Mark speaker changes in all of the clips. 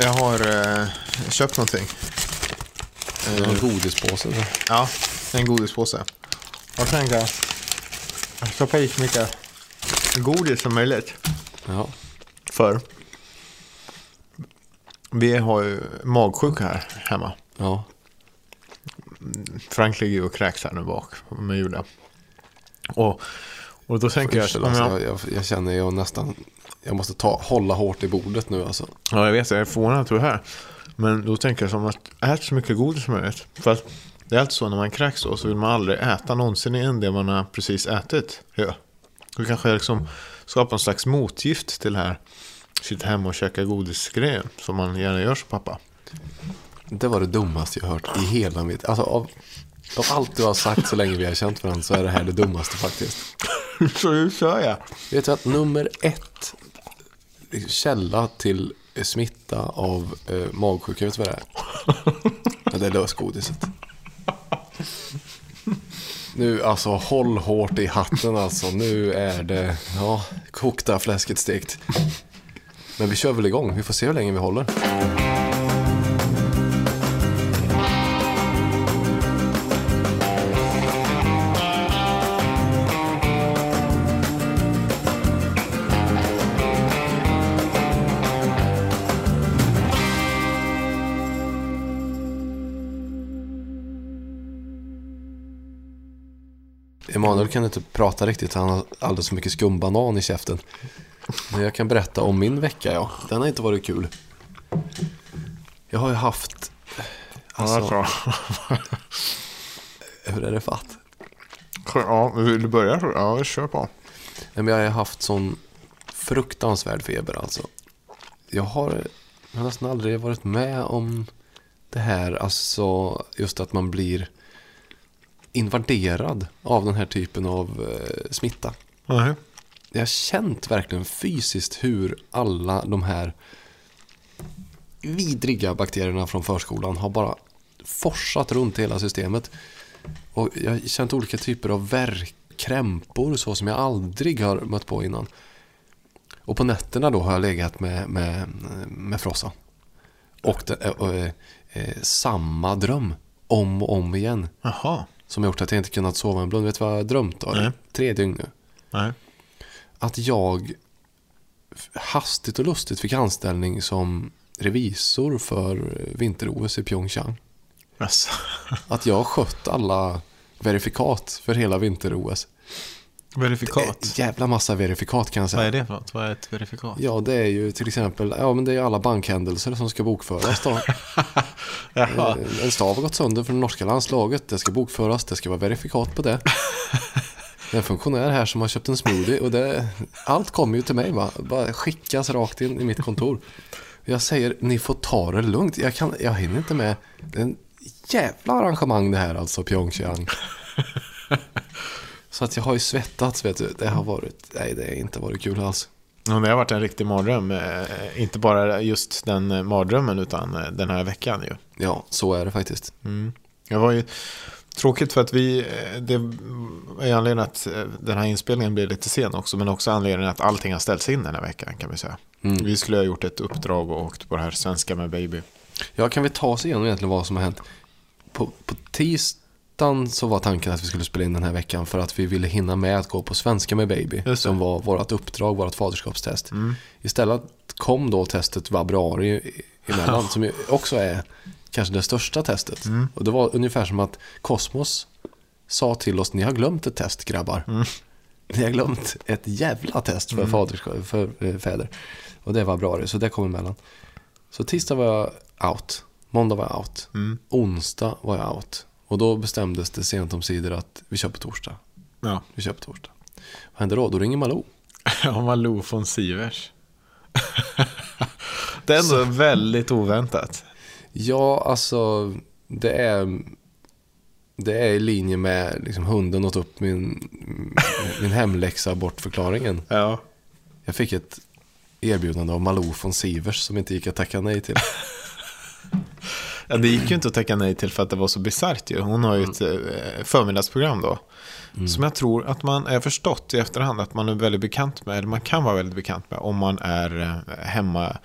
Speaker 1: Jag har eh, köpt någonting.
Speaker 2: Det var en godispåse. så.
Speaker 1: Ja, en godispåse. Jag tänker stoppa i så mycket godis som möjligt.
Speaker 2: Ja.
Speaker 1: För vi har ju magsjuka här hemma.
Speaker 2: ja.
Speaker 1: Frank ligger ju och kräks här nu bak med Julia. Och, och då tänker jag att...
Speaker 2: Ursäkta,
Speaker 1: Om
Speaker 2: alltså,
Speaker 1: jag,
Speaker 2: jag, jag, jag känner jag nästan... Jag måste ta, hålla hårt i bordet nu alltså.
Speaker 1: ja, jag vet, jag är förvånad att du är här. Men då tänker jag som att ät så mycket godis som möjligt. För att det är alltid så när man kräks då så vill man aldrig äta någonsin igen det man har precis ätit. Ja. Du kanske liksom skapar en slags motgift till det här. Sitta hemma och käka godisgrejer som man gärna gör som pappa.
Speaker 2: Det var det dummaste jag hört i hela mitt... Alltså av, av allt du har sagt så länge vi har känt varandra så är det här det dummaste faktiskt.
Speaker 1: så nu kör jag.
Speaker 2: Vet du att nummer ett källa till smitta av eh, magsjuka, vet du vad det är? Ja, det är lösgodiset. Nu alltså, håll hårt i hatten alltså. Nu är det, ja, kokta fläsket stekt. Men vi kör väl igång, vi får se hur länge vi håller. Emanuel kan inte prata riktigt, han har alldeles för mycket skumbanan i käften. Men jag kan berätta om min vecka, ja. Den har inte varit kul. Jag har ju haft... Alltså,
Speaker 1: Ja,
Speaker 2: hur är det fatt?
Speaker 1: ja, vill du börja? Ja, kör på.
Speaker 2: Nej, men jag har ju haft sån fruktansvärd feber alltså. Jag har, jag har nästan aldrig varit med om det här, alltså just att man blir invaderad av den här typen av eh, smitta.
Speaker 1: Nej.
Speaker 2: jag har känt verkligen fysiskt hur alla de här vidriga bakterierna från förskolan har bara forsat runt hela systemet. Och jag har känt olika typer av värk, krämpor så som jag aldrig har mött på innan. Och på nätterna då har jag legat med, med, med frossa. Och, det, och, eh, eh, samma dröm om och om igen.
Speaker 1: Jaha.
Speaker 2: Som gjort att jag inte kunnat sova en blund. Vet du vad jag har drömt av?
Speaker 1: Nej.
Speaker 2: Tre dygn nu
Speaker 1: Nej.
Speaker 2: att jag hastigt och lustigt fick anställning som revisor för vinter-OS i Pyeongchang.
Speaker 1: Jaså.
Speaker 2: Att jag har skött alla verifikat för hela vinter-OS.
Speaker 1: Verifikat.
Speaker 2: Ett jävla massa verifikat kan jag
Speaker 1: Vad
Speaker 2: säga.
Speaker 1: är det för något? Vad är ett verifikat?
Speaker 2: Ja, det är ju till exempel ja, men det är ju alla bankhändelser som ska bokföras. Då.
Speaker 1: Jaha.
Speaker 2: Eh, En stav har gått sönder för det norska landslaget. Det ska bokföras, det ska vara verifikat på det. Det är en funktionär här som har köpt en smoothie och det, allt kommer ju till mig. Va? Bara skickas rakt in i mitt kontor. Jag säger, ni får ta det lugnt. Jag, kan, jag hinner inte med. Det är en jävla arrangemang det här alltså, Pyeongchang. Så att jag har ju svettats, vet du. Det har varit, nej det har inte varit kul alls.
Speaker 1: Ja, Det har varit en riktig mardröm. eh, Inte bara just den eh, mardrömmen utan eh, den här veckan ju.
Speaker 2: Ja, så är det faktiskt.
Speaker 1: Mm. Det var ju tråkigt för att vi, eh, det är anledningen att eh, den här inspelningen blir lite sen också, men också anledningen att allting har ställts in den här veckan kan vi säga.
Speaker 2: Mm.
Speaker 1: Vi skulle ha gjort ett uppdrag och åkt på det här svenska med baby.
Speaker 2: Ja, kan vi ta oss igenom egentligen vad som har hänt? På, på tisdagen så var tanken att vi skulle spela in den här veckan för att vi ville hinna med att gå på svenska med Baby.
Speaker 1: det.
Speaker 2: Som var vårt uppdrag, vårt faderskapstest. Istället kom då testet Vabruari i- emellan som ju också är kanske det största testet. Och det var ungefär som att Kosmos sa till oss, ni har glömt ett test grabbar. Ni har glömt ett jävla test för, faderska- för eh, fäder. Och det var bra så det kom emellan. Så tisdag var jag out. Måndag var jag out. Onsdag var jag out. Och då bestämdes det sent om sidor att vi kör på torsdag.
Speaker 1: Ja,
Speaker 2: Vi kör på torsdag. Vad händer då? Då ringer Malou.
Speaker 1: Malou von Sivers. det är ändå väldigt oväntat.
Speaker 2: Ja, alltså det är, det är i linje med liksom, hunden åt upp min, min hemläxa bortförklaringen.
Speaker 1: Ja.
Speaker 2: Jag fick ett erbjudande av Malou von Sivers som inte gick att tacka nej till.
Speaker 1: Ja, det gick ju inte att tacka nej till för att det var så bisarrt ju. Hon har ju ett eh, förmiddagsprogram då. Som jag tror att man är förstått i efterhand att man är väldigt bekant med. Eller man kan vara väldigt bekant med om man är eh, hemma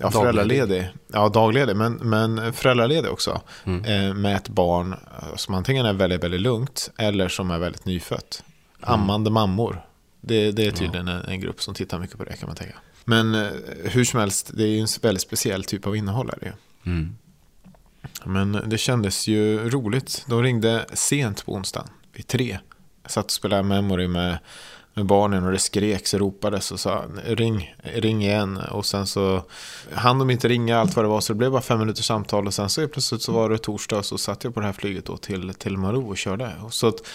Speaker 1: ja, föräldraledig. Ja, dagledig. Men, men föräldraledig också. Eh, med ett barn eh, som antingen är väldigt, väldigt lugnt eller som är väldigt nyfött. Ammande mammor. Det, det är tydligen en, en grupp som tittar mycket på det kan man tänka. Men eh, hur som helst, det är ju en väldigt speciell typ av innehåll. Är det ju.
Speaker 2: Mm.
Speaker 1: Men det kändes ju roligt. De ringde sent på onsdagen, vid tre. Jag satt och spelade Memory med, med barnen och det skreks och ropades och sa ring, ring igen. Och sen så hann de inte ringa allt vad det var så det blev bara fem minuters samtal och sen så helt plötsligt så var det torsdag och så satt jag på det här flyget då till, till Marou och körde. Och så att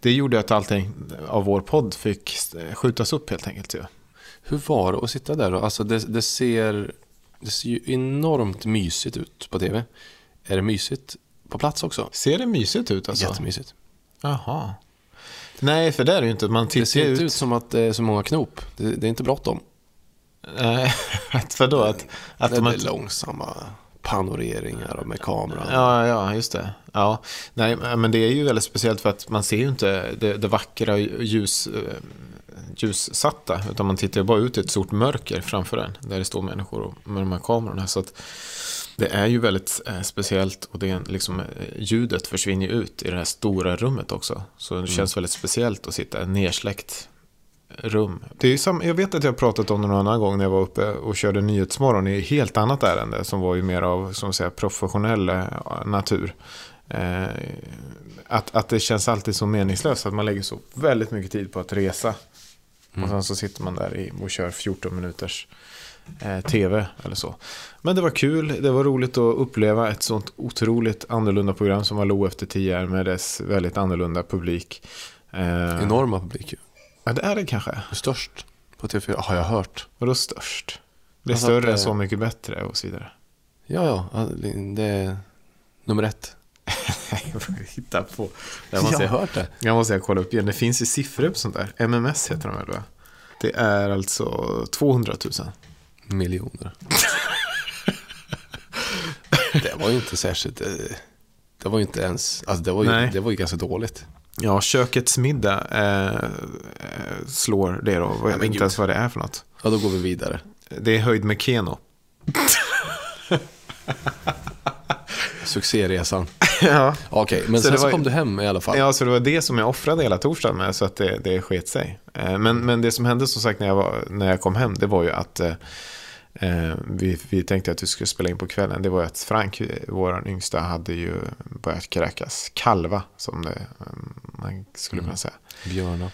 Speaker 1: det gjorde att allting av vår podd fick skjutas upp helt enkelt. Ju.
Speaker 2: Hur var det att sitta där då? Alltså det, det, ser, det ser ju enormt mysigt ut på tv. Är det mysigt på plats också?
Speaker 1: Ser det mysigt ut alltså?
Speaker 2: Jättemysigt.
Speaker 1: Jaha. Nej, för det är det ju inte. Man
Speaker 2: Det
Speaker 1: tittar
Speaker 2: ser
Speaker 1: ju
Speaker 2: inte
Speaker 1: ut.
Speaker 2: ut som att det är så många knop. Det, det är inte bråttom.
Speaker 1: Nej, att Eh, vadå? Att, att
Speaker 2: Det
Speaker 1: de
Speaker 2: är
Speaker 1: inte...
Speaker 2: långsamma panoreringar och med kameran.
Speaker 1: Ja, ja, just det. Ja. Nej, men det är ju väldigt speciellt för att man ser ju inte det, det vackra ljus, eh, ljussatta. Utan man tittar ju bara ut i ett stort mörker framför en. Där det står människor och- med de här kamerorna. Så att det är ju väldigt eh, speciellt. Och det är en- liksom, eh, ljudet försvinner ju ut i det här stora rummet också. Så
Speaker 2: Mm.
Speaker 1: det känns väldigt speciellt att sitta nersläckt rum. Det är ju sam- jag vet att jag har pratat om det någon annan gång när jag var uppe och körde Nyhetsmorgon i ett helt annat ärende som var ju mer av som säga, professionell eh, natur. Eh, att, att det känns alltid så meningslöst att man lägger så väldigt mycket tid på att resa. Och sen så sitter man där i, och kör 14 minuters eh, tv eller så. Men det var kul, det var roligt att uppleva ett sånt otroligt annorlunda program som Malou efter 10 är med dess väldigt annorlunda publik. Eh,
Speaker 2: Enorma publik ju.
Speaker 1: ja, det är det kanske.
Speaker 2: Störst på TV4 har jag hört.
Speaker 1: Vadå störst? Det är
Speaker 2: Alltså att
Speaker 1: större
Speaker 2: det-
Speaker 1: än Så mycket bättre och så vidare.
Speaker 2: Ja, ja. Det är nummer ett.
Speaker 1: Hitta på.
Speaker 2: Jag
Speaker 1: Jag måste,
Speaker 2: har
Speaker 1: jag,
Speaker 2: hört det.
Speaker 1: jag måste jag kolla upp igen. Det finns ju siffror på sånt där. MMS heter de väl va? Det är alltså 200 000.
Speaker 2: Miljoner. det var ju inte särskilt... eh, Det var ju inte ens... Alltså det, var ju,
Speaker 1: Nej.
Speaker 2: det var ju ganska dåligt.
Speaker 1: Ja, kökets middag eh, eh, slår det då. Jag
Speaker 2: men
Speaker 1: vet inte
Speaker 2: gud.
Speaker 1: ens vad det är för något.
Speaker 2: Ja, då går vi vidare.
Speaker 1: Det är höjd med Keno.
Speaker 2: Succéresan.
Speaker 1: ja.
Speaker 2: Okej, men
Speaker 1: Så
Speaker 2: sen
Speaker 1: det
Speaker 2: så
Speaker 1: var-
Speaker 2: kom du hem i alla fall.
Speaker 1: Ja, så det var det som jag offrade hela torsdagen med, så att det, det sket sig. Eh, Men, men det som hände som sagt när jag, var, när jag kom hem, det var ju att eh, eh, vi, vi tänkte att vi skulle spela in på kvällen. Det var ju att Frank, eh, vår yngsta, hade ju börjat kräkas. Kalva, som det, eh, man skulle kunna säga.
Speaker 2: Björna.
Speaker 1: Eh,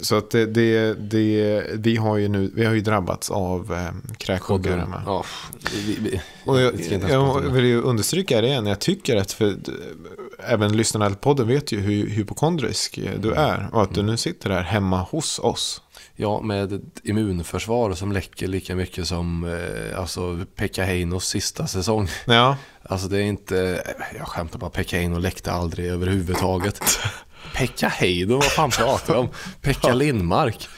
Speaker 1: Så att det, det, det, vi har ju nu, vi har ju drabbats av eh, kräksjuka. här hemma.
Speaker 2: Ja, vi, vi,
Speaker 1: Och jag,
Speaker 2: vi ska inte ens prata
Speaker 1: jag
Speaker 2: om det.
Speaker 1: vill ju understryka det igen. Jag tycker att för, även lyssnarna i podden vet ju hur hypokondrisk
Speaker 2: Mm.
Speaker 1: du är. Och att du nu sitter här hemma hos oss.
Speaker 2: Ja, med ett immunförsvar som läcker lika mycket som eh, alltså, Pekka Heinos sista säsong.
Speaker 1: Ja,
Speaker 2: Alltså det är inte, jag skämtar bara, Pekka Heino läckte aldrig överhuvudtaget. Pekka Heino, vad fan pratar jag om? Pekka Lindmark.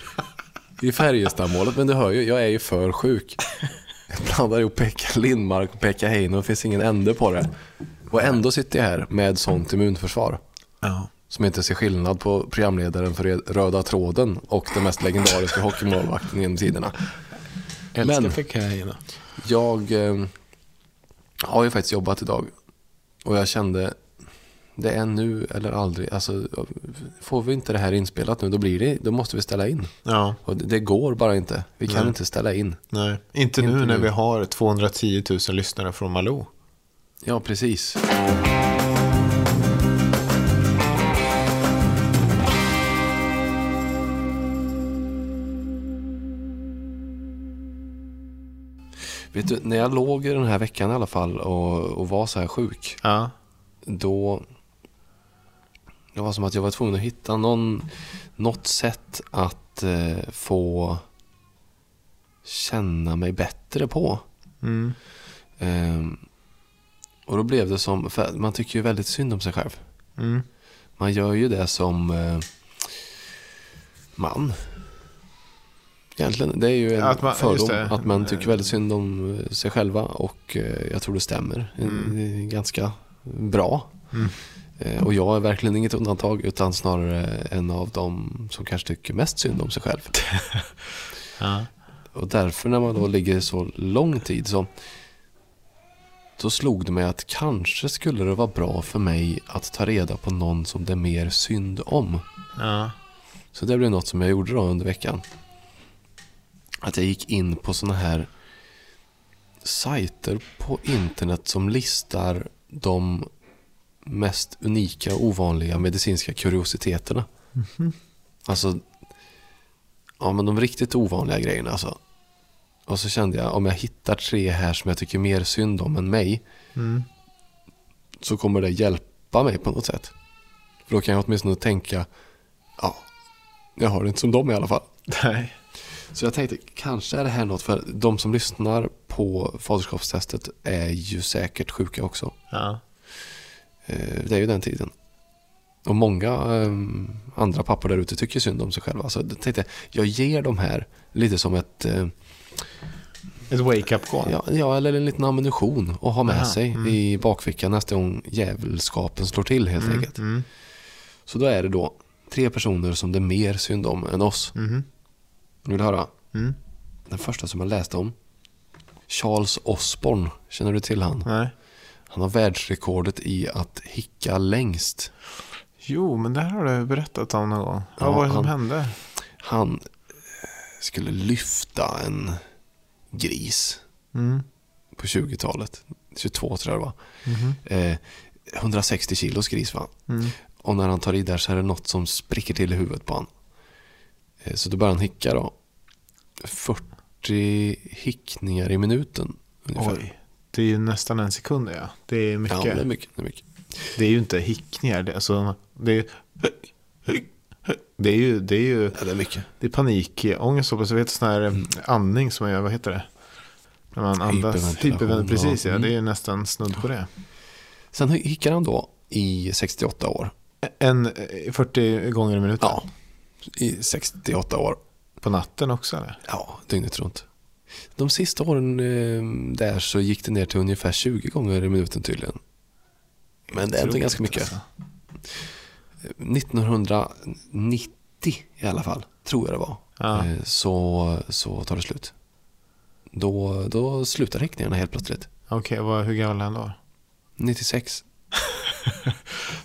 Speaker 2: I Färjestadmålet, men du hör ju, jag är ju för sjuk. Jag blandar ihop Pekka Lindmark och Pekka Heino, det finns ingen ände på det. Och ändå sitter jag här med sånt immunförsvar.
Speaker 1: ja.
Speaker 2: Som inte ser skillnad på programledaren för Röda Tråden och den mest legendariska hockeymålvakten genom tiderna. Men-
Speaker 1: kokain.
Speaker 2: Jag eh, har ju faktiskt jobbat idag och jag kände det är nu eller aldrig. Alltså, får vi inte det här inspelat nu då, blir det, då måste vi ställa in.
Speaker 1: Ja,
Speaker 2: Och det, det går bara inte. Vi kan
Speaker 1: Nej.
Speaker 2: inte ställa in.
Speaker 1: nej. Inte, nu
Speaker 2: Inte
Speaker 1: när
Speaker 2: nu.
Speaker 1: vi har 210 000 lyssnare från Malou.
Speaker 2: Ja, precis. Vet du, när jag låg i den här veckan i alla fall och, och var så här sjuk.
Speaker 1: Ja,
Speaker 2: då... Det var som att jag var tvungen att hitta någon, något sätt att eh, få känna mig bättre på.
Speaker 1: mm.
Speaker 2: Ehm, och då blev det som, för man tycker ju väldigt synd om sig själv.
Speaker 1: Mm.
Speaker 2: Man gör ju det som eh, man. Egentligen, det är ju en
Speaker 1: Ja, att man- just
Speaker 2: fördom
Speaker 1: det. Mm.
Speaker 2: att man tycker väldigt synd om eh, sig själva och eh, jag tror det stämmer Det är ganska bra.
Speaker 1: Mm.
Speaker 2: Eh, Och jag är verkligen inget undantag utan snarare en av dem som kanske tycker mest synd om sig själv.
Speaker 1: Ja.
Speaker 2: Och därför när man då ligger så lång tid så, så slog det mig att kanske skulle det vara bra för mig att ta reda på någon som det är mer synd om.
Speaker 1: Ja.
Speaker 2: Så det blev något som jag gjorde då under veckan. Att jag gick in på sådana här sajter på internet som listar de mest unika och ovanliga medicinska kuriositeterna. Alltså, ja men de riktigt ovanliga grejerna alltså. Och så kände jag, om jag hittar tre här som jag tycker mer synd om än mig,
Speaker 1: Mm.
Speaker 2: så kommer det hjälpa mig på något sätt. För då kan jag åtminstone tänka, ja, jag har det inte som dem i alla fall.
Speaker 1: Nej.
Speaker 2: Så jag tänkte, kanske är det här något för de som lyssnar på faderskapstestet är ju säkert sjuka också.
Speaker 1: Ja.
Speaker 2: Eh, Det är ju den tiden. Och många eh, andra pappor där ute tycker synd om sig själva. Så jag tänkte, jag ger de här lite som ett, eh,
Speaker 1: Ett wake-up call.
Speaker 2: ja, ja eller en liten ammunition att ha med
Speaker 1: Aha,
Speaker 2: sig i bakfickan nästa gång djävulskapen slår till helt enkelt.
Speaker 1: Mm.
Speaker 2: Så då är det då tre personer som det är mer synd om än oss.
Speaker 1: Mhm.
Speaker 2: Vill du höra?
Speaker 1: Mm.
Speaker 2: Den första som jag läste om. Charles Osborne, känner du till han?
Speaker 1: Nej.
Speaker 2: Han har världsrekordet i att hicka längst.
Speaker 1: Jo, men det här har du berättat om någon gång.
Speaker 2: Ja,
Speaker 1: Vad var det som
Speaker 2: han-
Speaker 1: hände?
Speaker 2: Han eh, skulle lyfta en gris
Speaker 1: Mm.
Speaker 2: på 20-talet. 22 tror jag det var.
Speaker 1: Mhm.
Speaker 2: Eh, 160 kilos gris va?
Speaker 1: Mm.
Speaker 2: Och när han tar i där så är det något som spricker till i huvudet på han. Eh, Så då börjar han hicka då. 40 hickningar i minuten ungefär.
Speaker 1: Oj. Det är ju nästan en sekund, ja. Det är mycket.
Speaker 2: Ja, det är mycket. Det är mycket.
Speaker 1: Det är ju inte hickningar. Det, alltså, det, är, det är ju, det är ju
Speaker 2: Ja, det är mycket.
Speaker 1: det är panikångest. hoppas Jag vet sån här
Speaker 2: Mm.
Speaker 1: eh, andning som man gör, vad heter det? När man andas.
Speaker 2: Hyperventilation,
Speaker 1: Hyperventilation. Precis,
Speaker 2: ja.
Speaker 1: ja.
Speaker 2: Mm.
Speaker 1: Det är ju nästan snudd på det.
Speaker 2: Sen hickar han då i 68 år.
Speaker 1: En eh, 40 gånger i minuten.
Speaker 2: Ja, i 68 år.
Speaker 1: På natten också eller?
Speaker 2: Ja, dygnet runt. De sista åren eh, där så gick det ner till ungefär 20 gånger i minuten tydligen. Men det är ändå
Speaker 1: Otroligt,
Speaker 2: ganska mycket.
Speaker 1: alltså.
Speaker 2: 1990 i alla fall, tror jag det var,
Speaker 1: Ja.
Speaker 2: eh, så, så tar det slut. Då, då slutar häckningarna helt plötsligt.
Speaker 1: Okej, vad- hur gammal är han då?
Speaker 2: 96.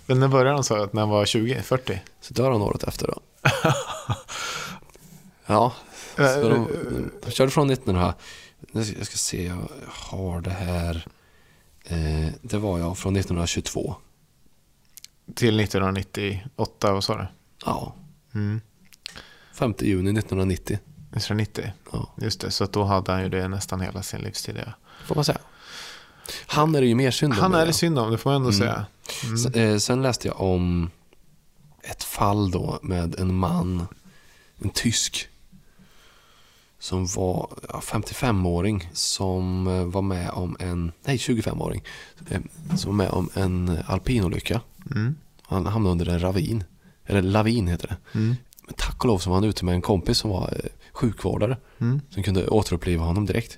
Speaker 1: Men när började han sa att när han var 20, 40?
Speaker 2: Så dör han året efter då. ja,
Speaker 1: Eh,
Speaker 2: så de, de körde från 1900. Jag ska- jag ska se, jag har det här. Eh, det var jag från 1922.
Speaker 1: Till 1998, vad sa du?
Speaker 2: Ja,
Speaker 1: Mm,
Speaker 2: 5 juni 1990.
Speaker 1: 1990.
Speaker 2: Ja,
Speaker 1: Just det, så att då hade han ju det nästan hela sin livstid. Ja.
Speaker 2: får man säga. Han är det ju mer synd om.
Speaker 1: Han är
Speaker 2: menar
Speaker 1: det
Speaker 2: jag.
Speaker 1: synd om, det får man
Speaker 2: Mm.
Speaker 1: ändå säga.
Speaker 2: S- eh, Sen läste jag om ett fall då med en man, en tysk, som var ja, 55-åring som eh, var med om en, nej 25-åring, eh, som var med om en eh, alpinolycka.
Speaker 1: Mm.
Speaker 2: Han hamnade under en ravin, eller lavin heter det.
Speaker 1: Mm.
Speaker 2: Men tack och lov så var han ute med en kompis som var eh, sjukvårdare
Speaker 1: Mm.
Speaker 2: som kunde återuppliva honom direkt.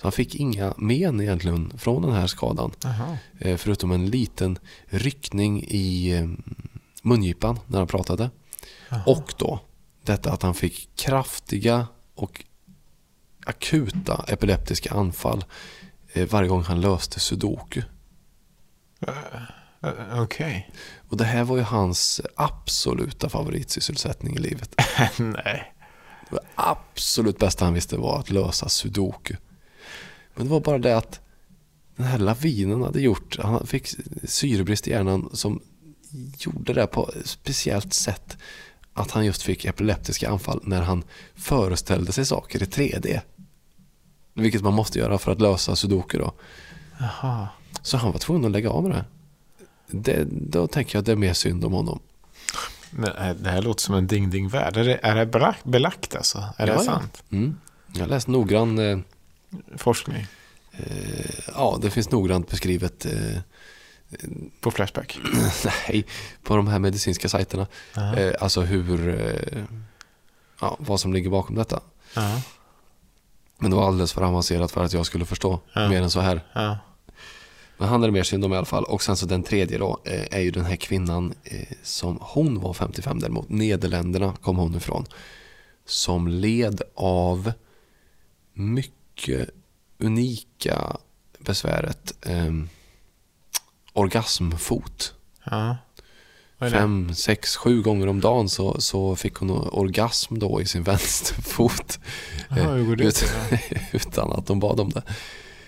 Speaker 2: Så han fick inga men egentligen från den här skadan.
Speaker 1: Jaha.
Speaker 2: Eh, Förutom en liten ryckning i eh, mungipan när han pratade.
Speaker 1: Jaha.
Speaker 2: Och då detta att han fick kraftiga och akuta epileptiska anfall eh, varje gång han löste sudoku.
Speaker 1: Eh, Okej.
Speaker 2: Och det här var ju hans absoluta favoritsysselsättning i livet.
Speaker 1: Nej.
Speaker 2: Det absolut bästa han visste var att lösa sudoku. Men det var bara det att den här lavinen hade gjort, han fick syrebrist i hjärnan som gjorde det på ett speciellt sätt. Att han just fick epileptiska anfall när han föreställde sig saker i 3D. Vilket man måste göra för att lösa sudoku då.
Speaker 1: Jaha.
Speaker 2: Så han var tvungen att lägga av med det. det då tänker jag att det är mer synd om honom.
Speaker 1: Men, eh, det här låter som en ding-ding-värld. Är det, är det belagt, belagt alltså? Är
Speaker 2: Ja,
Speaker 1: det
Speaker 2: ja.
Speaker 1: sant?
Speaker 2: Mm. Jag läste noggrann eh,
Speaker 1: Forskning
Speaker 2: Ja, det finns noggrant beskrivet. Eh,
Speaker 1: på Flashback?
Speaker 2: nej, på de här medicinska sajterna.
Speaker 1: Jaha.
Speaker 2: Eh, alltså hur... Eh, ja, vad som ligger bakom detta.
Speaker 1: Ja.
Speaker 2: Men det var alldeles för avancerat för att jag skulle förstå
Speaker 1: Ja.
Speaker 2: mer än så här.
Speaker 1: Ja.
Speaker 2: Men han är det mer synd om i alla fall. Och sen så den tredje då eh, är ju den här kvinnan eh, som hon var 55 däremot. Nederländerna kom hon ifrån. Som led av mycket unika besväret ehm, orgasmfot.
Speaker 1: Ja. Vad är det?
Speaker 2: Fem, sex, sju gånger om dagen så, så fick hon orgasm då i sin vänsterfot.
Speaker 1: Jaha, hur går det
Speaker 2: Eh, ut,
Speaker 1: till?
Speaker 2: utan att de bad om det.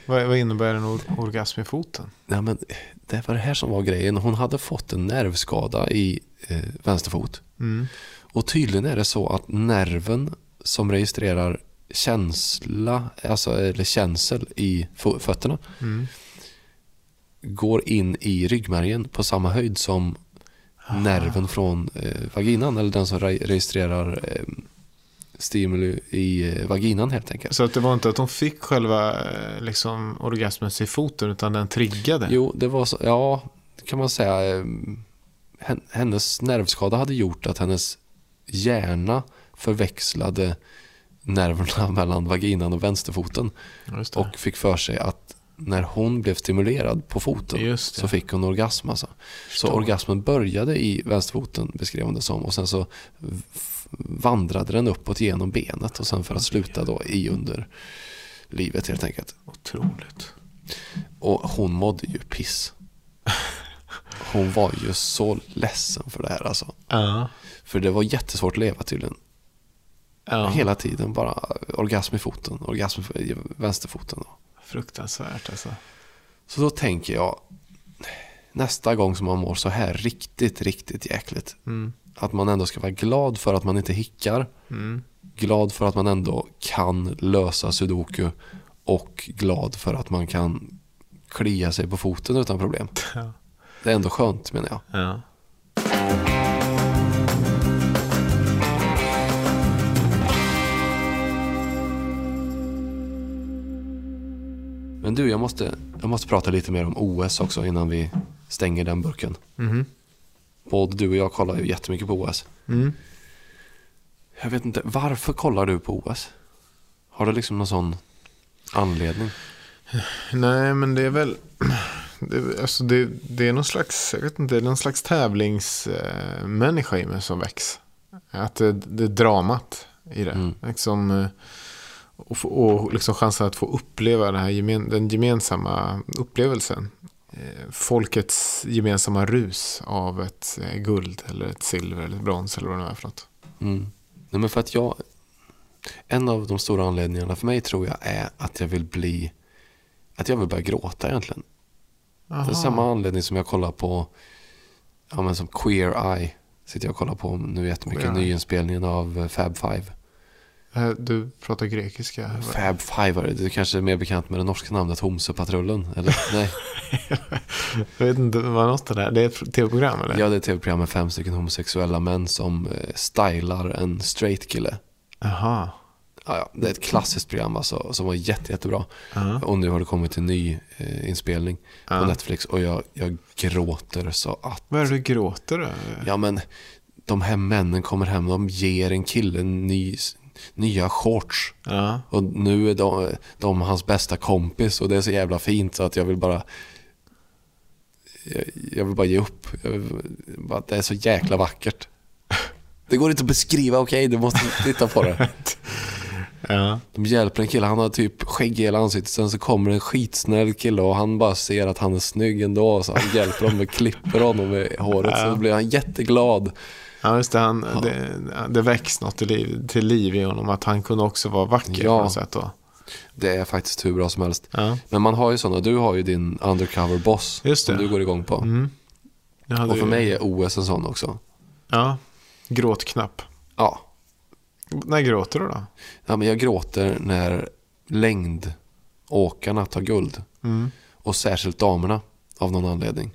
Speaker 1: Vad, vad innebär en or- orgasm i foten?
Speaker 2: Nej, men det var det här som var grejen. Hon hade fått en nervskada i eh, vänsterfot.
Speaker 1: Mm.
Speaker 2: Och tydligen är det så att nerven som registrerar känsla, alltså, eller känsel i fo- fötterna
Speaker 1: Mm.
Speaker 2: går in i ryggmärgen på samma höjd som
Speaker 1: Ah.
Speaker 2: nerven från eh, vaginan eller den som re- registrerar eh, stimuli i eh, vaginan helt enkelt.
Speaker 1: Så att det var inte att hon fick själva eh, liksom, orgasmen i foten utan den triggade?
Speaker 2: Jo, det var så, ja, det kan man säga. eh, hen- Hennes nervskada hade gjort att hennes hjärna förväxlade nerverna mellan vaginan och vänsterfoten
Speaker 1: Ja, Just det.
Speaker 2: och fick för sig att när hon blev stimulerad på foten
Speaker 1: Just det.
Speaker 2: så fick hon orgasm alltså.
Speaker 1: Typ
Speaker 2: Så orgasmen började i vänsterfoten beskrev hon det som och sen så v- vandrade den uppåt genom benet och sen för att sluta då i under livet helt enkelt.
Speaker 1: Otroligt.
Speaker 2: Och hon mådde ju piss. Hon var ju så ledsen för det här alltså.
Speaker 1: Ja.
Speaker 2: För det var jättesvårt att leva tydligen.
Speaker 1: ja.
Speaker 2: Hela tiden bara orgasm i foten, orgasm i vänsterfoten.
Speaker 1: Fruktansvärt alltså.
Speaker 2: Så då tänker jag, nästa gång som man mår så här riktigt, riktigt jäkligt.
Speaker 1: Mm.
Speaker 2: Att man ändå ska vara glad för att man inte hickar.
Speaker 1: Mm.
Speaker 2: Glad för att man ändå kan lösa sudoku. Och glad för att man kan klia sig på foten utan problem.
Speaker 1: Ja.
Speaker 2: Det är ändå skönt menar jag.
Speaker 1: ja.
Speaker 2: Men du, jag måste, jag måste prata lite mer om OS också innan vi stänger den burken.
Speaker 1: Mhm.
Speaker 2: Både du och jag kollar ju jättemycket på OS.
Speaker 1: Mm.
Speaker 2: Jag vet inte, varför kollar du på OS? Har du liksom någon sån anledning?
Speaker 1: Nej, men det är väl... Det, alltså det, det är någon slags, jag vet inte, det är någon slags tävlingsmänniska i mig som väcks. Att det, det är dramat i det.
Speaker 2: Mm.
Speaker 1: Liksom, eh, och få- och liksom chansen att få uppleva den, här gemen, den gemensamma upplevelsen. Eh, Folkets gemensamma rus av ett eh, guld eller ett silver eller ett brons eller vad det nu är för något.
Speaker 2: Mm. Nej, men för att jag... En av de stora anledningarna för mig tror jag är att jag vill bli... Att jag vill börja gråta egentligen. Det är samma anledning som jag kollar på... Ja, men som Queer Eye. Sitter jag och kollar på nu jättemycket.
Speaker 1: Queer Eye.
Speaker 2: Nyinspelningen av eh, Fab Five.
Speaker 1: Eh, Du pratar grekiska.
Speaker 2: Fab Five, är det. du kanske är mer bekant med det norska namnet Homsepatrullen? Eller? Nej,
Speaker 1: Jag vet inte vad något är det här. Det är ett tv-program eller?
Speaker 2: ja, det är ett tv-program med fem stycken homosexuella män som eh, stylar en straight kille.
Speaker 1: Jaha.
Speaker 2: Ja, ja, det är ett klassiskt program alltså, som var jätte, jättebra.
Speaker 1: Ja.
Speaker 2: Och nu har det kommit en ny eh, inspelning
Speaker 1: Ja.
Speaker 2: på Netflix och jag, jag gråter så att...
Speaker 1: Vad är det du gråter över?
Speaker 2: Ja men, de här männen kommer hem och de ger en kille ny, nya shorts.
Speaker 1: Ja.
Speaker 2: Och nu är de, de hans bästa kompis och det är så jävla fint så att jag vill bara jag, jag vill bara ge upp. Jag vill, bara, det är så jäkla vackert. Det går inte att beskriva, okej du måste titta på det.
Speaker 1: Ja.
Speaker 2: De hjälper en kille, han har typ skägg i hela ansiktet. Sen så kommer en skitsnäll kille och han bara ser att han är snygg ändå. Så han hjälper honom och klipper honom i håret. Så blir han jätteglad.
Speaker 1: Ja, just det. Han, det, det väcks något till liv, till liv i honom. Att han kunde också vara vacker
Speaker 2: Ja.
Speaker 1: på något sätt då.
Speaker 2: Det är faktiskt hur bra som helst.
Speaker 1: Ja.
Speaker 2: Men man har ju sådana, du har ju din undercover boss
Speaker 1: Just
Speaker 2: som
Speaker 1: det. Mm,
Speaker 2: du går igång på.
Speaker 1: Nu hade
Speaker 2: Och för
Speaker 1: vi-
Speaker 2: mig är OS en sån också.
Speaker 1: Ja. Gråtknapp.
Speaker 2: Ja.
Speaker 1: När gråter du då?
Speaker 2: ja men jag gråter när längdåkarna tar guld.
Speaker 1: Mm.
Speaker 2: Och särskilt damerna av någon anledning.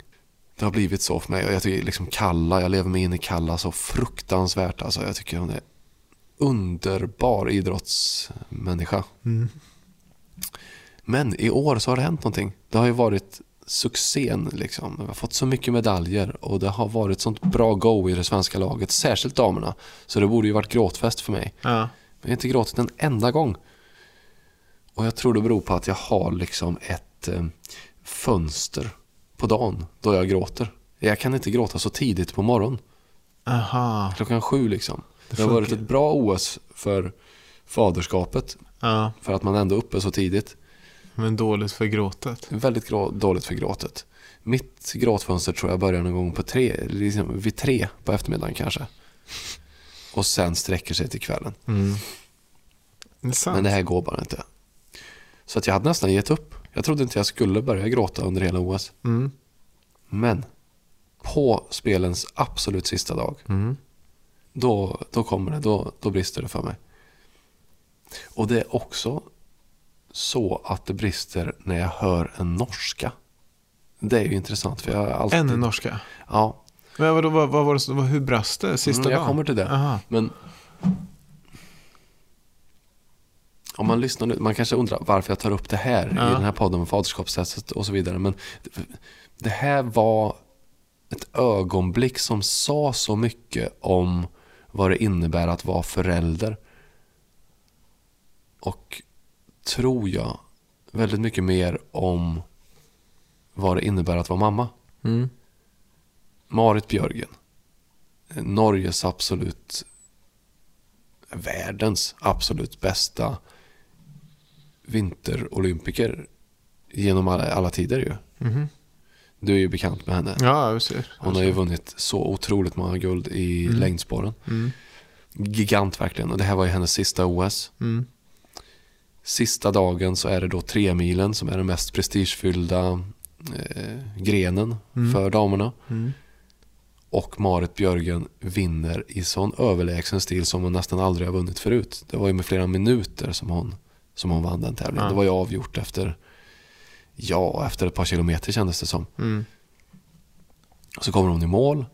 Speaker 2: Det har blivit så för mig. Och Jag tycker liksom Kalla, jag lever mig in i Kalla så fruktansvärt. Alltså, jag tycker hon är underbar idrottsmänniska.
Speaker 1: Mm.
Speaker 2: Men i år så har det hänt någonting. Det har ju varit succén liksom. Vi har fått så mycket medaljer och det har varit sånt bra go i det svenska laget. Särskilt damerna. Så det borde ju varit gråtfest för mig.
Speaker 1: Ja.
Speaker 2: Men jag har inte gråtit en enda gång. Och jag tror det beror på att jag har liksom ett eh, fönster på dagen då jag gråter. Jag kan inte gråta så tidigt på morgonen.
Speaker 1: Aha.
Speaker 2: Klockan sju liksom. Det, har
Speaker 1: funkar.
Speaker 2: varit ett bra OS för faderskapet.
Speaker 1: Ja,
Speaker 2: För att man ändå är uppe så tidigt.
Speaker 1: men dåligt för gråtet.
Speaker 2: Väldigt grå, dåligt för gråtet. Mitt gråtfönster tror jag börjar någon gång på tre, eller liksom vid tre på eftermiddagen kanske. Och sen sträcker sig till kvällen.
Speaker 1: Det är sant.
Speaker 2: Mm. Men det här går bara inte. Så att jag hade nästan gett upp. Jag trodde inte jag skulle börja gråta under hela OS.
Speaker 1: Mm.
Speaker 2: Men på spelens absolut sista dag, då, då kommer det, då, då brister det för mig. Och det är också så att det brister när jag hör en norska. Det är ju intressant för jag har alltid...
Speaker 1: En norska.
Speaker 2: Ja,
Speaker 1: Men vadå, vad, vad var det, som- vad, hur brast det sista
Speaker 2: Mm, jag
Speaker 1: dagen?
Speaker 2: kommer till det.
Speaker 1: Aha.
Speaker 2: Men om man lyssnar nu, man kanske undrar varför jag tar upp det här
Speaker 1: Ja.
Speaker 2: i den här podden om faderskapstestet och så vidare. Men det här var ett ögonblick som sa så mycket om vad det innebär att vara förälder. Och tror jag väldigt mycket mer om vad det innebär att vara mamma.
Speaker 1: Mm.
Speaker 2: Marit Björgen. Norges absolut, världens absolut bästa vinterolympiker genom alla, alla tider ju.
Speaker 1: Mhm.
Speaker 2: Du är ju bekant med henne.
Speaker 1: Ja, jag ser.
Speaker 2: Hon har ju vunnit så otroligt många guld i längdspåren.
Speaker 1: Mm.
Speaker 2: Gigant verkligen. Och det här var ju hennes sista OS.
Speaker 1: Mm.
Speaker 2: Sista dagen så är det då tremilen som är den mest prestigefyllda eh, grenen för damerna.
Speaker 1: Mm.
Speaker 2: Och Marit Björgen vinner i sån överlägsen stil som hon nästan aldrig har vunnit förut. Det var ju med flera minuter som hon, som hon vann den tävlingen.
Speaker 1: Ja.
Speaker 2: Det var ju avgjort efter, ja, efter ett par kilometer kändes det som.
Speaker 1: Mm.
Speaker 2: Så kommer hon i mål.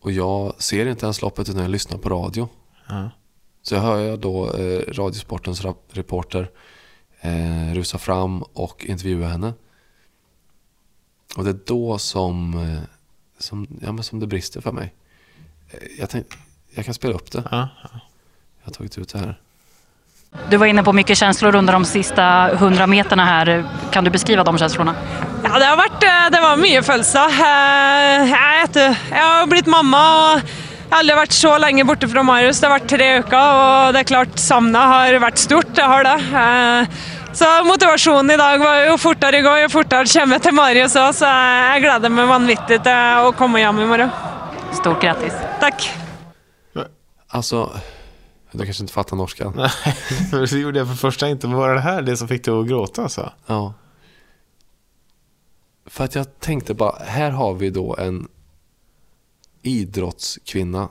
Speaker 2: Och jag ser inte ens loppet utan jag lyssnar på radio.
Speaker 1: Ja.
Speaker 2: Så hör jag då eh, Radiosportens rap- reporter eh, rusa fram och intervjua henne. Och det är då som, eh, som, ja, men som det brister för mig. Eh, Jag, tänk, jag kan spela upp det.
Speaker 1: Ja.
Speaker 2: Jag har tagit ut det här.
Speaker 3: Du var inne på mycket känslor under de sista 100 meterna här. Kan du beskriva de känslorna?
Speaker 4: Ja, det har vært eh, Det var mye følelser. Eh, Jeg, vet du, jeg har blitt mamma. og Jeg har aldri vært så lenge borte fra Marius. Det har vært tre uker, og det er klart savnet har vært stort. Det har det. Eh, Så motivasjonen i dag var jo fortere i går, jo fortere kommer jeg til Marius òg, så jeg gleder meg vanvittig til å komme eh, hjem i morgen.
Speaker 3: Stort grattis!
Speaker 4: Takk.
Speaker 2: Alltså, du kanske inte fattar norskan.
Speaker 1: Nej, det gjorde jag för första inte. Men var det här det som fick dig att gråta alltså?
Speaker 2: Ja. För att jag tänkte bara, här har vi då en idrottskvinna.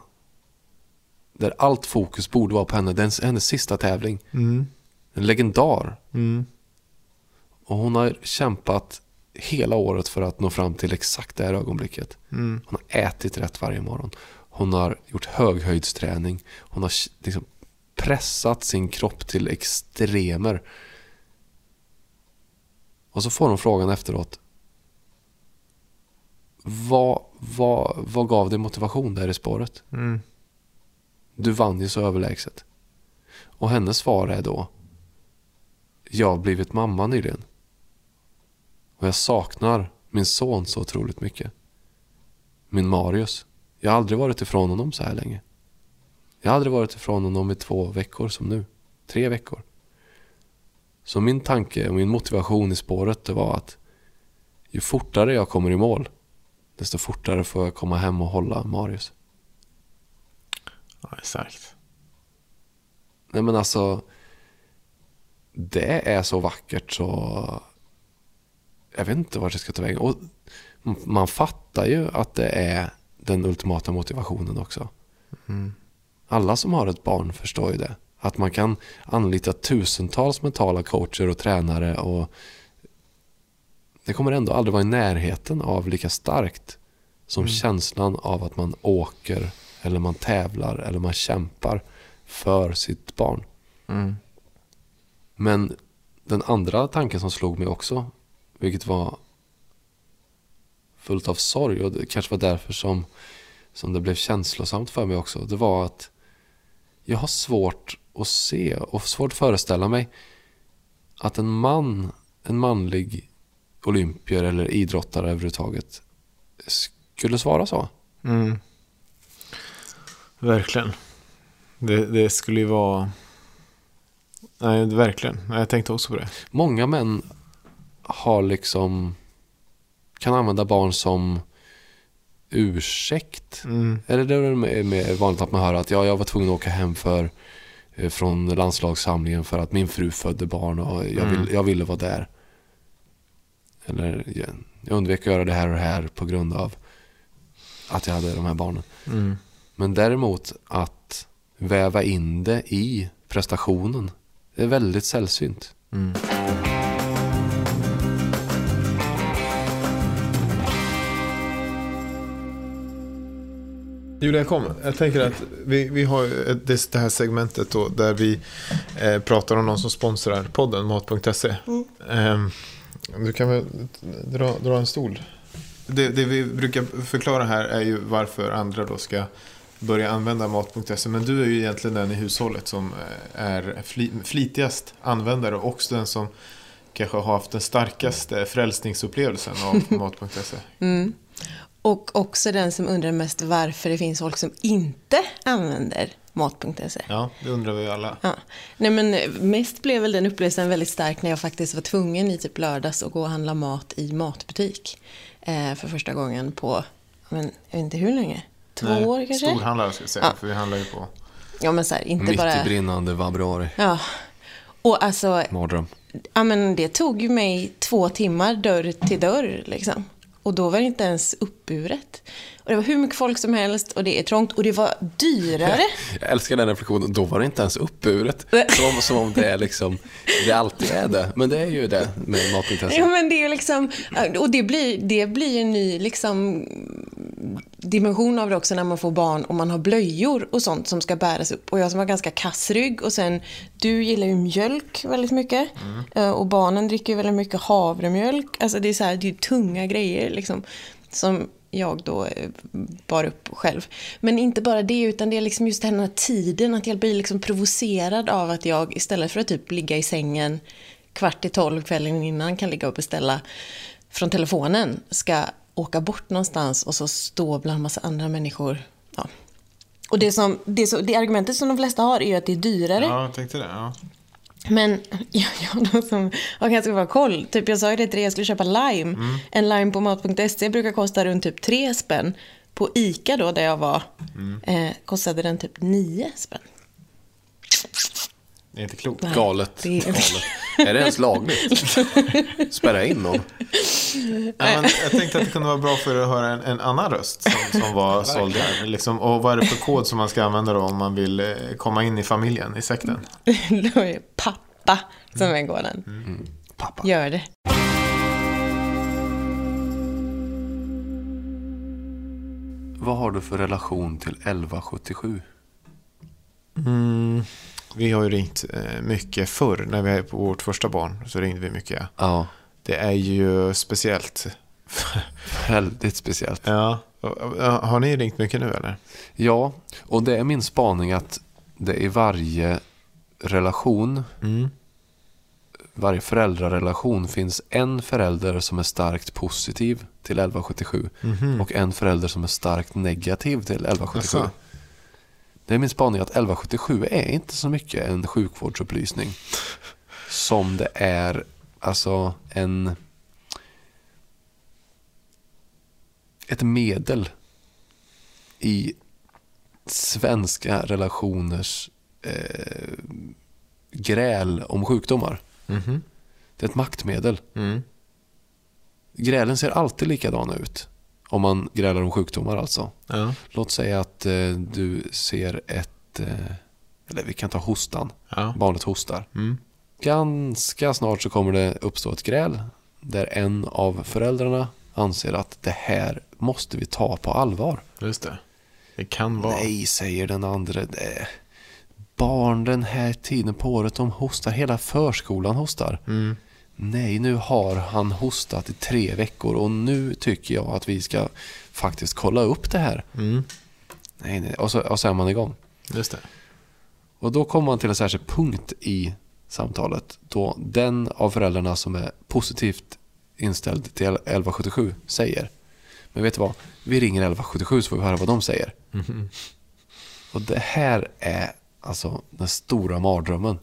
Speaker 2: Där allt fokus borde vara på henne. Det är hennes sista tävling.
Speaker 1: Mm.
Speaker 2: En legendar.
Speaker 1: Mm.
Speaker 2: Och hon har kämpat hela året för att nå fram till exakt det här ögonblicket.
Speaker 1: Mm.
Speaker 2: Hon har ätit rätt varje morgon. Hon har gjort höghöjdsträning. Hon har k- liksom pressat sin kropp till extremer. Och så får hon frågan efteråt. Vad, vad, vad gav dig motivation där i spåret?
Speaker 1: Mm.
Speaker 2: Du vann ju så överlägset. Och hennes svar är då. Jag har blivit mamma nyligen. Och jag saknar min son så otroligt mycket. Min Marius. Jag har aldrig varit ifrån honom så här länge. Jag har aldrig varit ifrån honom i två veckor som nu. Tre veckor. Så min tanke och min motivation i spåret det var att ju fortare jag kommer i mål desto fortare får jag komma hem och hålla Marius.
Speaker 1: Ja, exakt.
Speaker 2: Nej men alltså. Det är så vackert så. Jag vet inte vart jag ska ta vägen. Och man fattar ju att det är den ultimata motivationen också. Alla som har ett barn förstår ju det. Att man kan anlita tusentals mentala coacher och tränare och det kommer ändå aldrig vara i närheten av lika starkt som känslan av att man åker eller man tävlar eller man kämpar för sitt barn. Men den andra tanken som slog mig också, vilket var fullt av sorg och det kanske var därför som, som det blev känslosamt för mig också. Det var att jag har svårt att se och svårt att föreställa mig att en man, en manlig olympier eller idrottare överhuvudtaget skulle svara så.
Speaker 1: Mm. Verkligen. Det, det skulle ju vara Nej, verkligen. Nej, Jag tänkte också på det.
Speaker 2: Många män har liksom kan använda barn som ursäkt. Eller det är väl mer- mer vanligt att man hör att ja, jag var tvungen att åka hem för, eh, från landslagssamlingen för att min fru födde barn och jag, vill, jag ville vara där. Eller ja, jag undvek att göra det här och det här på grund av att jag hade de här barnen. Men däremot att väva in det i prestationen är väldigt sällsynt.
Speaker 1: Julia, kom. Jag tänker att vi, vi har ju ett- det det här segmentet då, där vi eh, pratar om någon som sponsrar podden, mat.se. Ehm, du kan väl dra, dra en stol. Det, det vi brukar förklara här är ju varför andra då ska börja använda mat.se. Men du är ju egentligen den i hushållet som eh, är fli, flitigast användare och också den som kanske har haft den starkaste frälsningsupplevelsen av mat.se.
Speaker 5: Och också den som undrar mest varför det finns folk som inte använder mat.se.
Speaker 1: Ja, det undrar vi ju alla.
Speaker 5: Ja. Nej, men mest blev väl den upplevelsen väldigt stark när jag faktiskt var tvungen i typ lördags att gå och handla mat i matbutik. Eh, för första gången på, men, jag vet inte hur länge, två
Speaker 1: Nej,
Speaker 5: år kanske?
Speaker 1: Storhandlare ska jag säga,
Speaker 5: Ja.
Speaker 1: för vi handlar ju på...
Speaker 5: Ja men så här, inte
Speaker 2: Mitt
Speaker 5: bara...
Speaker 2: i brinnande vabruari.
Speaker 5: Ja. Och alltså,
Speaker 2: Mardröm.
Speaker 5: ja, men det tog ju mig två timmar dörr till dörr liksom. Och då var det inte ens uppburet. Och det var hur mycket folk som helst och det är trångt och det var dyrare.
Speaker 2: Jag älskar den reflektionen. Då var det inte ens uppburet. Som, som om det är liksom, det alltid är det. Men det är ju det med
Speaker 5: Ja,
Speaker 2: matintresse.
Speaker 5: men det är ju liksom, och det blir, det blir en ny liksom, dimension av det också när man får barn och man har blöjor och sånt som ska bäras upp. Och jag som har ganska kass rygg och sen, du gillar ju mjölk väldigt mycket. Eh, Och barnen dricker ju väldigt mycket havremjölk. Alltså det är så här, det är ju tunga grejer liksom. Som jag då eh, bar upp själv. Men inte bara det, utan det är liksom just den här tiden, att jag blir liksom provocerad av att jag istället för att typ ligga i sängen kvart i tolv kvällen innan kan ligga och beställa från telefonen ska åka bort någonstans och så stå bland massa andra människor. Ja. Och det, som, det, så, det argumentet som de flesta har är ju att det är dyrare.
Speaker 1: Ja, jag tänkte det. Ja.
Speaker 5: Men jag, jag då som har ganska bra koll. Typ jag sa ju det till dig, jag skulle köpa lime. En lime på mat.se brukar kosta runt typ 3 spänn. På ICA då där jag var eh, kostade den typ 9 spänn.
Speaker 1: Det är inte klokt.
Speaker 5: Nej,
Speaker 2: Galet.
Speaker 5: det är-
Speaker 2: Galet. Är det ens lagligt? Spärra in någon.
Speaker 1: Ja, men jag tänkte att det kunde vara bra för er att höra en, en annan röst som, som var såld här. Liksom, och vad är det för kod som man ska använda då om man vill eh, komma in i familjen, i sekten?
Speaker 5: Då är det pappa som är gården.
Speaker 2: Pappa.
Speaker 5: Gör det.
Speaker 2: Vad har du för relation till 1177?
Speaker 1: Vi har ju ringt eh, mycket förr, när vi är på vårt första barn så ringde vi mycket.
Speaker 2: Ja,
Speaker 1: Det är ju speciellt.
Speaker 2: väldigt speciellt.
Speaker 1: ja. Ja, Har ni ringt mycket nu eller?
Speaker 2: Ja, och det är min spaning att det i varje relation, varje föräldrarelation finns en förälder som är starkt positiv till 1177 och en förälder som är starkt negativ till 1177.
Speaker 1: Jaså?
Speaker 2: Det är min spaning att 1177 är inte så mycket en sjukvårdsupplysning som det är alltså en ett medel i svenska relationers eh, gräl om sjukdomar. Det är ett maktmedel. Grälen ser alltid likadana ut om man grälar om sjukdomar alltså.
Speaker 1: Ja.
Speaker 2: Låt säga att eh, du ser ett... Eh, eller vi kan ta hostan.
Speaker 1: Ja.
Speaker 2: Barnet hostar. Ganska snart så kommer det uppstå ett gräl där en av föräldrarna anser att det här måste vi ta på allvar.
Speaker 1: Just det. Det kan vara.
Speaker 2: Nej, säger den andra. Det- Barn den här tiden på året, de hostar. Hela förskolan hostar. Nej, nu har han hostat i tre veckor och nu tycker jag att vi ska faktiskt kolla upp det här. Nej, nej. Och, så, och så är man igång.
Speaker 1: Just det.
Speaker 2: Och då kommer man till en särskild punkt i samtalet då den av föräldrarna som är positivt inställd till 1177 säger Men vet du vad? Vi ringer 1177 så får vi höra vad de säger. Och det här är alltså den stora mardrömmen.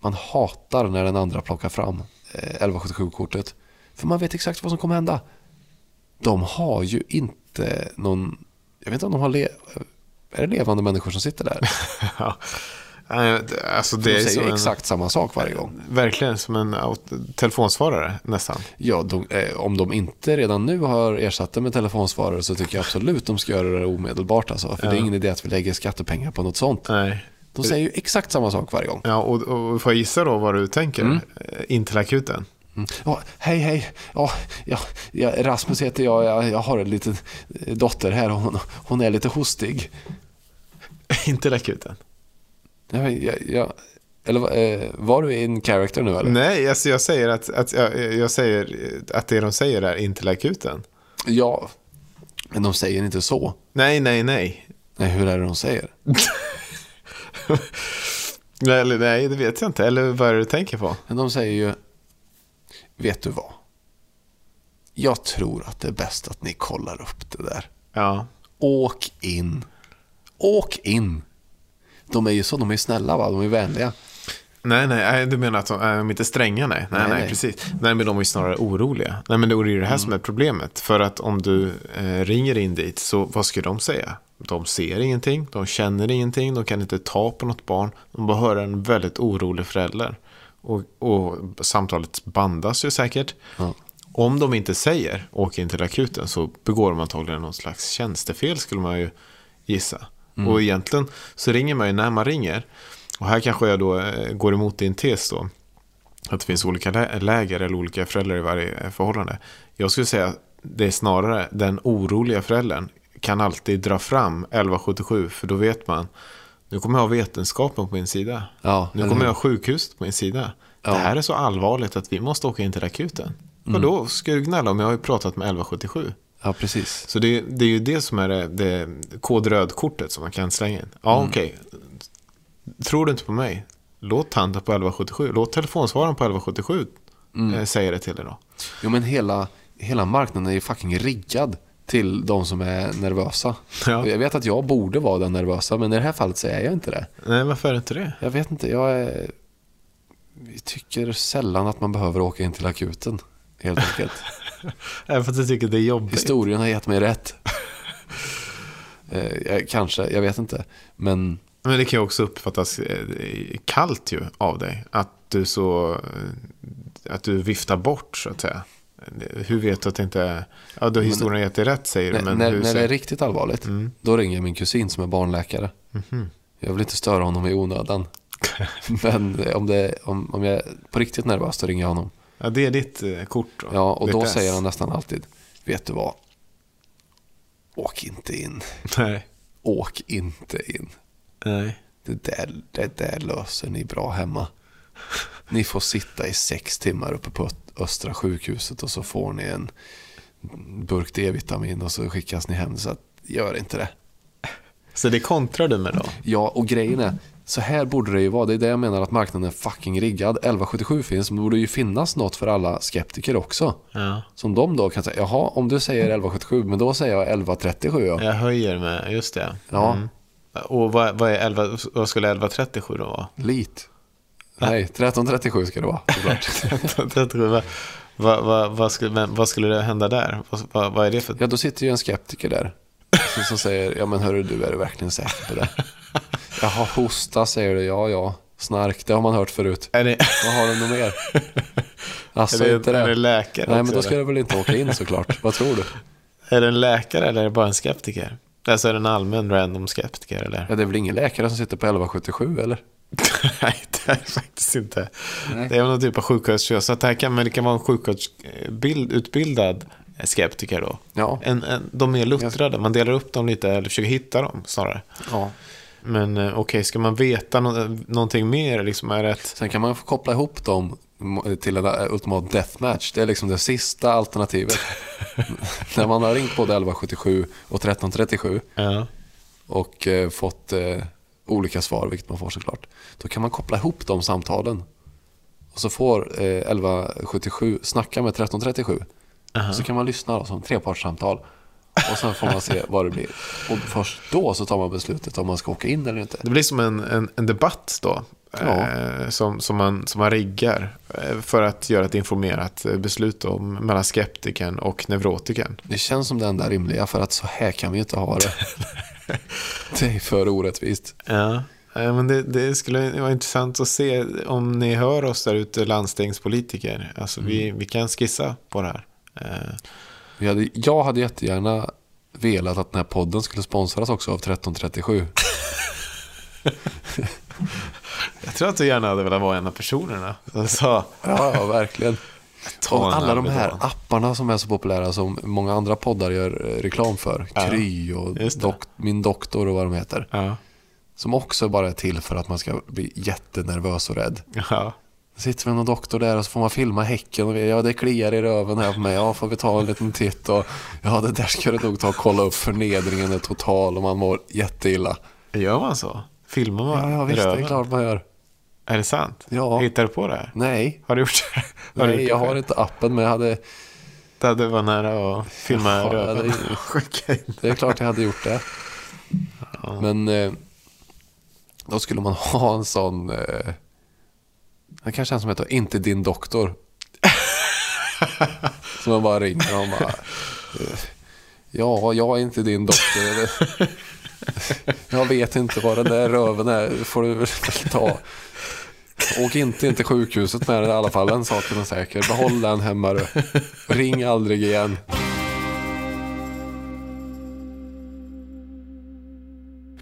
Speaker 2: Man hatar när den andra plockar fram eh, 1177-kortet. För man vet exakt vad som kommer hända. De har ju inte någon... Jag vet inte om de har... Le- eh, är det levande människor som sitter där?
Speaker 1: Ja. Nej, det- Alltså det
Speaker 2: De
Speaker 1: är
Speaker 2: säger
Speaker 1: som
Speaker 2: ju
Speaker 1: en,
Speaker 2: exakt samma sak varje gång.
Speaker 1: verkligen som en aut- telefonsvarare nästan.
Speaker 2: Ja, de, eh, om de inte redan nu har ersatt det med telefonsvarare så tycker jag absolut de ska göra det omedelbart. Alltså, för det är ingen idé att vi lägger skattepengar på något sånt.
Speaker 1: Nej.
Speaker 2: De säger ju exakt samma sak varje gång.
Speaker 1: Ja, och, och får jag gissa då vad du tänker? Eh, In till akuten.
Speaker 2: Mm. Ja, hej, hej. Ja, ja, ja, Rasmus heter jag. jag. Jag har en liten eh, dotter här. och Hon, hon är lite hostig.
Speaker 1: in till akuten.
Speaker 2: Jag, jag, jag, eller vad- eh, var du in character nu eller?
Speaker 1: Nej, alltså jag säger att, att, jag, jag säger att det de säger är in till akuten.
Speaker 2: Ja, men de säger inte så.
Speaker 1: Nej, nej, nej.
Speaker 2: Nej, hur är det de säger?
Speaker 1: Nej, Eller, nej, det vet jag inte. Eller vad är det du tänker på?
Speaker 2: Men de säger ju, vet du vad? Jag tror att det är bäst att ni kollar upp det där.
Speaker 1: Ja,
Speaker 2: Åk in. Åk in. De är ju så, de är snälla va, de är vänliga.
Speaker 1: Nej, nej, nej, du menar att de, nej, de är inte stränga, nej. Nej, nej,
Speaker 2: Nej, nej.
Speaker 1: precis. Nej, men de är ju snarare oroliga. Nej, men det är ju det här som är problemet. För att om du eh, ringer in dit, så vad ska de säga? De ser ingenting, de känner ingenting, de kan inte ta på något barn. De bara hör en väldigt orolig förälder. Och, och samtalet bandas ju säkert.
Speaker 2: Ja.
Speaker 1: Om de inte säger åk in till akuten så begår de antagligen någon slags tjänstefel skulle man ju gissa. Och egentligen så ringer man ju när man ringer. Och här kanske jag då eh, går emot din tes då. Att det finns olika lä- läger eller olika föräldrar i varje eh, förhållande. Jag skulle säga att det är snarare den oroliga föräldern kan alltid dra fram 1177 för då vet man nu kommer jag ha vetenskapen på min sida.
Speaker 2: Ja,
Speaker 1: nu
Speaker 2: eller
Speaker 1: kommer
Speaker 2: hur?
Speaker 1: jag ha sjukhuset på min sida.
Speaker 2: Ja. Mm.
Speaker 1: Det här är så allvarligt att vi måste åka in till akuten. Och då ska du gnälla om jag har ju pratat med 1177.
Speaker 2: Ja, precis.
Speaker 1: Så det, det är ju det som är det, det kodrödkortet som man kan slänga in. Ja,
Speaker 2: Mm.
Speaker 1: okej. Tror du inte på mig? Låt tanten på 1177, låt telefonsvararen på 1177
Speaker 2: Mm.
Speaker 1: eh, säga det till dig då.
Speaker 2: Jo men hela, hela marknaden är ju fucking riggad till de som är nervösa.
Speaker 1: Ja.
Speaker 2: Och jag vet att jag borde vara den nervösa, men i det här fallet så är jag inte det.
Speaker 1: Nej, varför är det inte det?
Speaker 2: Jag vet inte, jag är... Vi tycker sällan att man behöver åka in till akuten, helt enkelt.
Speaker 1: Även fast jag tycker det är jobbigt.
Speaker 2: Historien har gett mig rätt. Eh, jag, kanske, jag vet inte. Men
Speaker 1: Men det kan ju också uppfattas eh, kallt ju av dig. Att du så... eh, Att du viftar bort så att säga. Hur vet du att det inte är... Ja, då har historien gett dig rätt säger du.
Speaker 2: när,
Speaker 1: Men
Speaker 2: när,
Speaker 1: hur Mm.
Speaker 2: när det
Speaker 1: säger-
Speaker 2: är riktigt allvarligt, då ringer jag min kusin som är barnläkare.
Speaker 1: Mhm.
Speaker 2: Jag vill inte störa honom i onödan. Men eh, om, det, om, om jag är på riktigt nervös, då ringer jag honom.
Speaker 1: Ja, det är ditt eh, kort då.
Speaker 2: Ja, och
Speaker 1: Ditt
Speaker 2: då
Speaker 1: S.
Speaker 2: säger han nästan alltid, vet du vad? Åk inte in.
Speaker 1: Nej.
Speaker 2: Åk inte in.
Speaker 1: Nej.
Speaker 2: Det där, det där löser ni bra hemma. Ni får sitta i sex timmar uppe på Ö- Östra sjukhuset och så får ni en burk D-vitamin och så skickas ni hem. Så att, gör inte det.
Speaker 1: Så det kontrar du med då?
Speaker 2: Ja, och grejen är, så här borde det ju vara. Det är det jag menar att marknaden är fucking riggad. 1177 finns, men det borde ju finnas något för alla skeptiker också.
Speaker 1: Ja.
Speaker 2: Som de då kan säga, jaha, om du säger 1177, men då säger jag 1137. Ja.
Speaker 1: Jag höjer med, just det.
Speaker 2: Ja.
Speaker 1: Mm. Och vad, vad, är 11, vad skulle 1137 då vara?
Speaker 2: Lit. Nej, 1337 ska det vara. såklart.
Speaker 1: 1137, vad, vad, vad, vad, skulle, men vad skulle det hända där? Vad, vad, vad är det för...
Speaker 2: Ja, då sitter ju en skeptiker där. Som, som säger, ja men hörru du, är du verkligen säker på det? Jaha, hosta säger du, ja ja. Snark, det har man hört förut.
Speaker 1: Är det,
Speaker 2: Vad har de nog mer? Alltså
Speaker 1: Är det-
Speaker 2: inte det.
Speaker 1: är det läkare
Speaker 2: Nej,
Speaker 1: också,
Speaker 2: men då ska
Speaker 1: eller?
Speaker 2: du väl inte åka in såklart. Vad tror du?
Speaker 1: är det en läkare eller är det bara en skeptiker? Alltså är det en allmän random skeptiker eller?
Speaker 2: Ja, det är väl ingen läkare som sitter på 1177 eller?
Speaker 1: Nej, det är det faktiskt inte.
Speaker 2: Nej.
Speaker 1: Det är väl någon typ av sjuksköterska. Så att det, här kan, men det kan vara en sjuksköterskeutbildad skeptiker då.
Speaker 2: Ja.
Speaker 1: En, en, de är luttrade, man delar upp dem lite eller försöker hitta dem snarare.
Speaker 2: Ja.
Speaker 1: Men eh, okej, ska man veta nå- någonting mer? Liksom, är rätt?
Speaker 2: Sen kan man få koppla ihop dem till en eh, ultimat deathmatch. Det är liksom det sista alternativet. När man har ringt både 1177 och 1337
Speaker 1: Ja.
Speaker 2: och eh, fått eh, olika svar, vilket man får såklart. Då kan man koppla ihop de samtalen. Och så får eh, 1177 snacka med 1337. Så kan man lyssna då, som trepartssamtal. Och sen får man se vad det blir. Och först då så tar man beslutet om man ska åka in eller inte.
Speaker 1: Det blir som en, en, en debatt då.
Speaker 2: Ja.
Speaker 1: eh, som, som, man, som man riggar eh, för att göra ett informerat eh, beslut om mellan skeptiken och neurotiken.
Speaker 2: Det känns som det enda rimliga för att så här kan vi inte ha det. det är för orättvist.
Speaker 1: Ja. Eh, Men det, det skulle vara intressant att se om ni hör oss där ute landstingspolitiker. Alltså vi, vi kan skissa på det här. Eh,
Speaker 2: Vi hade, jag hade jättegärna velat att den här podden skulle sponsras också av 1337.
Speaker 1: Jag tror att du gärna hade velat vara en av personerna Alltså, som sa
Speaker 2: Ja, ja verkligen.
Speaker 1: Ta
Speaker 2: Och
Speaker 1: en
Speaker 2: alla de här
Speaker 1: Alvedon.
Speaker 2: apparna som är så populära som många andra poddar gör eh, reklam för.
Speaker 1: Ja,
Speaker 2: Kry och
Speaker 1: just det.
Speaker 2: dok- Min doktor och vad de heter.
Speaker 1: Ja.
Speaker 2: Som också bara är till för att man ska bli jättenervös och rädd.
Speaker 1: Ja.
Speaker 2: Sitter med någon doktor där och så får man filma häcken. Och, vi- ja, det kliar i röven här på mig. Ja, får vi ta en liten titt? Och, ja, det där ska du nog ta och kolla upp. Förnedringen är total och man mår jätteilla.
Speaker 1: Gör man så? Filmar
Speaker 2: Ja,
Speaker 1: man
Speaker 2: ja visst, det är
Speaker 1: röven?
Speaker 2: klart man gör.
Speaker 1: Är det sant?
Speaker 2: Ja.
Speaker 1: Hittar du på det här?
Speaker 2: Nej,
Speaker 1: Har du gjort det? Har du
Speaker 2: nej
Speaker 1: gjort
Speaker 2: jag
Speaker 1: det?
Speaker 2: har inte appen, men jag hade,
Speaker 1: Det, det var nära att filma
Speaker 2: Ja, det är
Speaker 1: röven.
Speaker 2: ju-
Speaker 1: Skicka in.
Speaker 2: det är klart jag hade gjort det. Men eh, då skulle man ha en sån... Eh, det kanske är en som heter Inte din doktor. Som man bara ringer och bara... eh, Ja, jag är inte din doktor. Eller, jag vet inte vad den där röven är. får du väl ta. Åk inte in till sjukhuset med den i alla fall. Den saken är säker. Behåll den hemma du. Ring aldrig igen.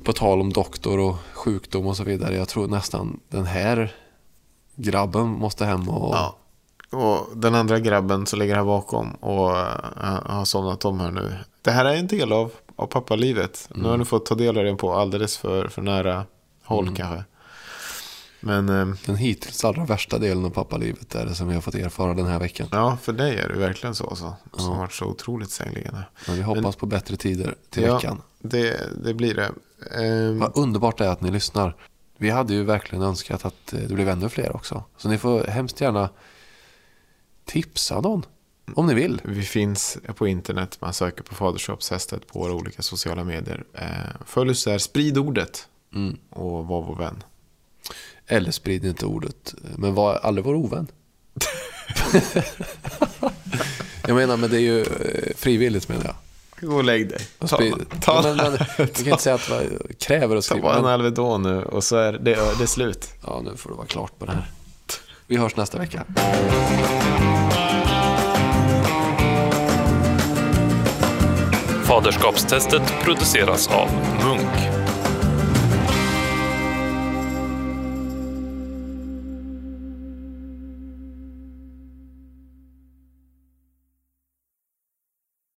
Speaker 2: På tal om doktor och sjukdom och så vidare. Jag tror nästan den här grabben måste hem och...
Speaker 1: Ja. Och den andra grabben som ligger här bakom och eh, har somnat om här nu. Det här är en del av, av pappalivet. Nu
Speaker 2: Mm.
Speaker 1: har du fått ta del av den på alldeles för, för nära håll kanske. Men eh,
Speaker 2: Den hittills allra värsta delen av pappalivet är det som vi har fått erfara den här veckan.
Speaker 1: ja, för dig är det verkligen så. Alltså, som har varit så otroligt sängliggande.
Speaker 2: Men vi hoppas på bättre tider till veckan.
Speaker 1: Det, det blir det. Ehm,
Speaker 2: Vad underbart det är att ni lyssnar. Vi hade ju verkligen önskat att eh, det blev ännu fler också. Så ni får hemskt gärna tipsa någon om ni vill.
Speaker 1: vi finns på internet. Man söker på Faderskapshästet på våra olika sociala medier. Eh, följ oss där, sprid ordet och var vår vän.
Speaker 2: Eller sprid inte ordet, men var aldrig vår ovän. jag menar, men det är ju eh, frivilligt menar jag.
Speaker 1: Gå och lägg dig. Ta,
Speaker 2: Sprid-
Speaker 1: ta,
Speaker 2: men, men, vi kan inte säga att vi kräver att
Speaker 1: ta
Speaker 2: skriva.
Speaker 1: bara en
Speaker 2: men-
Speaker 1: Alvedon nu och så är det, det är slut.
Speaker 2: Ja, nu får det vara klart på det här. Vi hörs nästa vecka.
Speaker 6: Faderskapstestet produceras av Munk.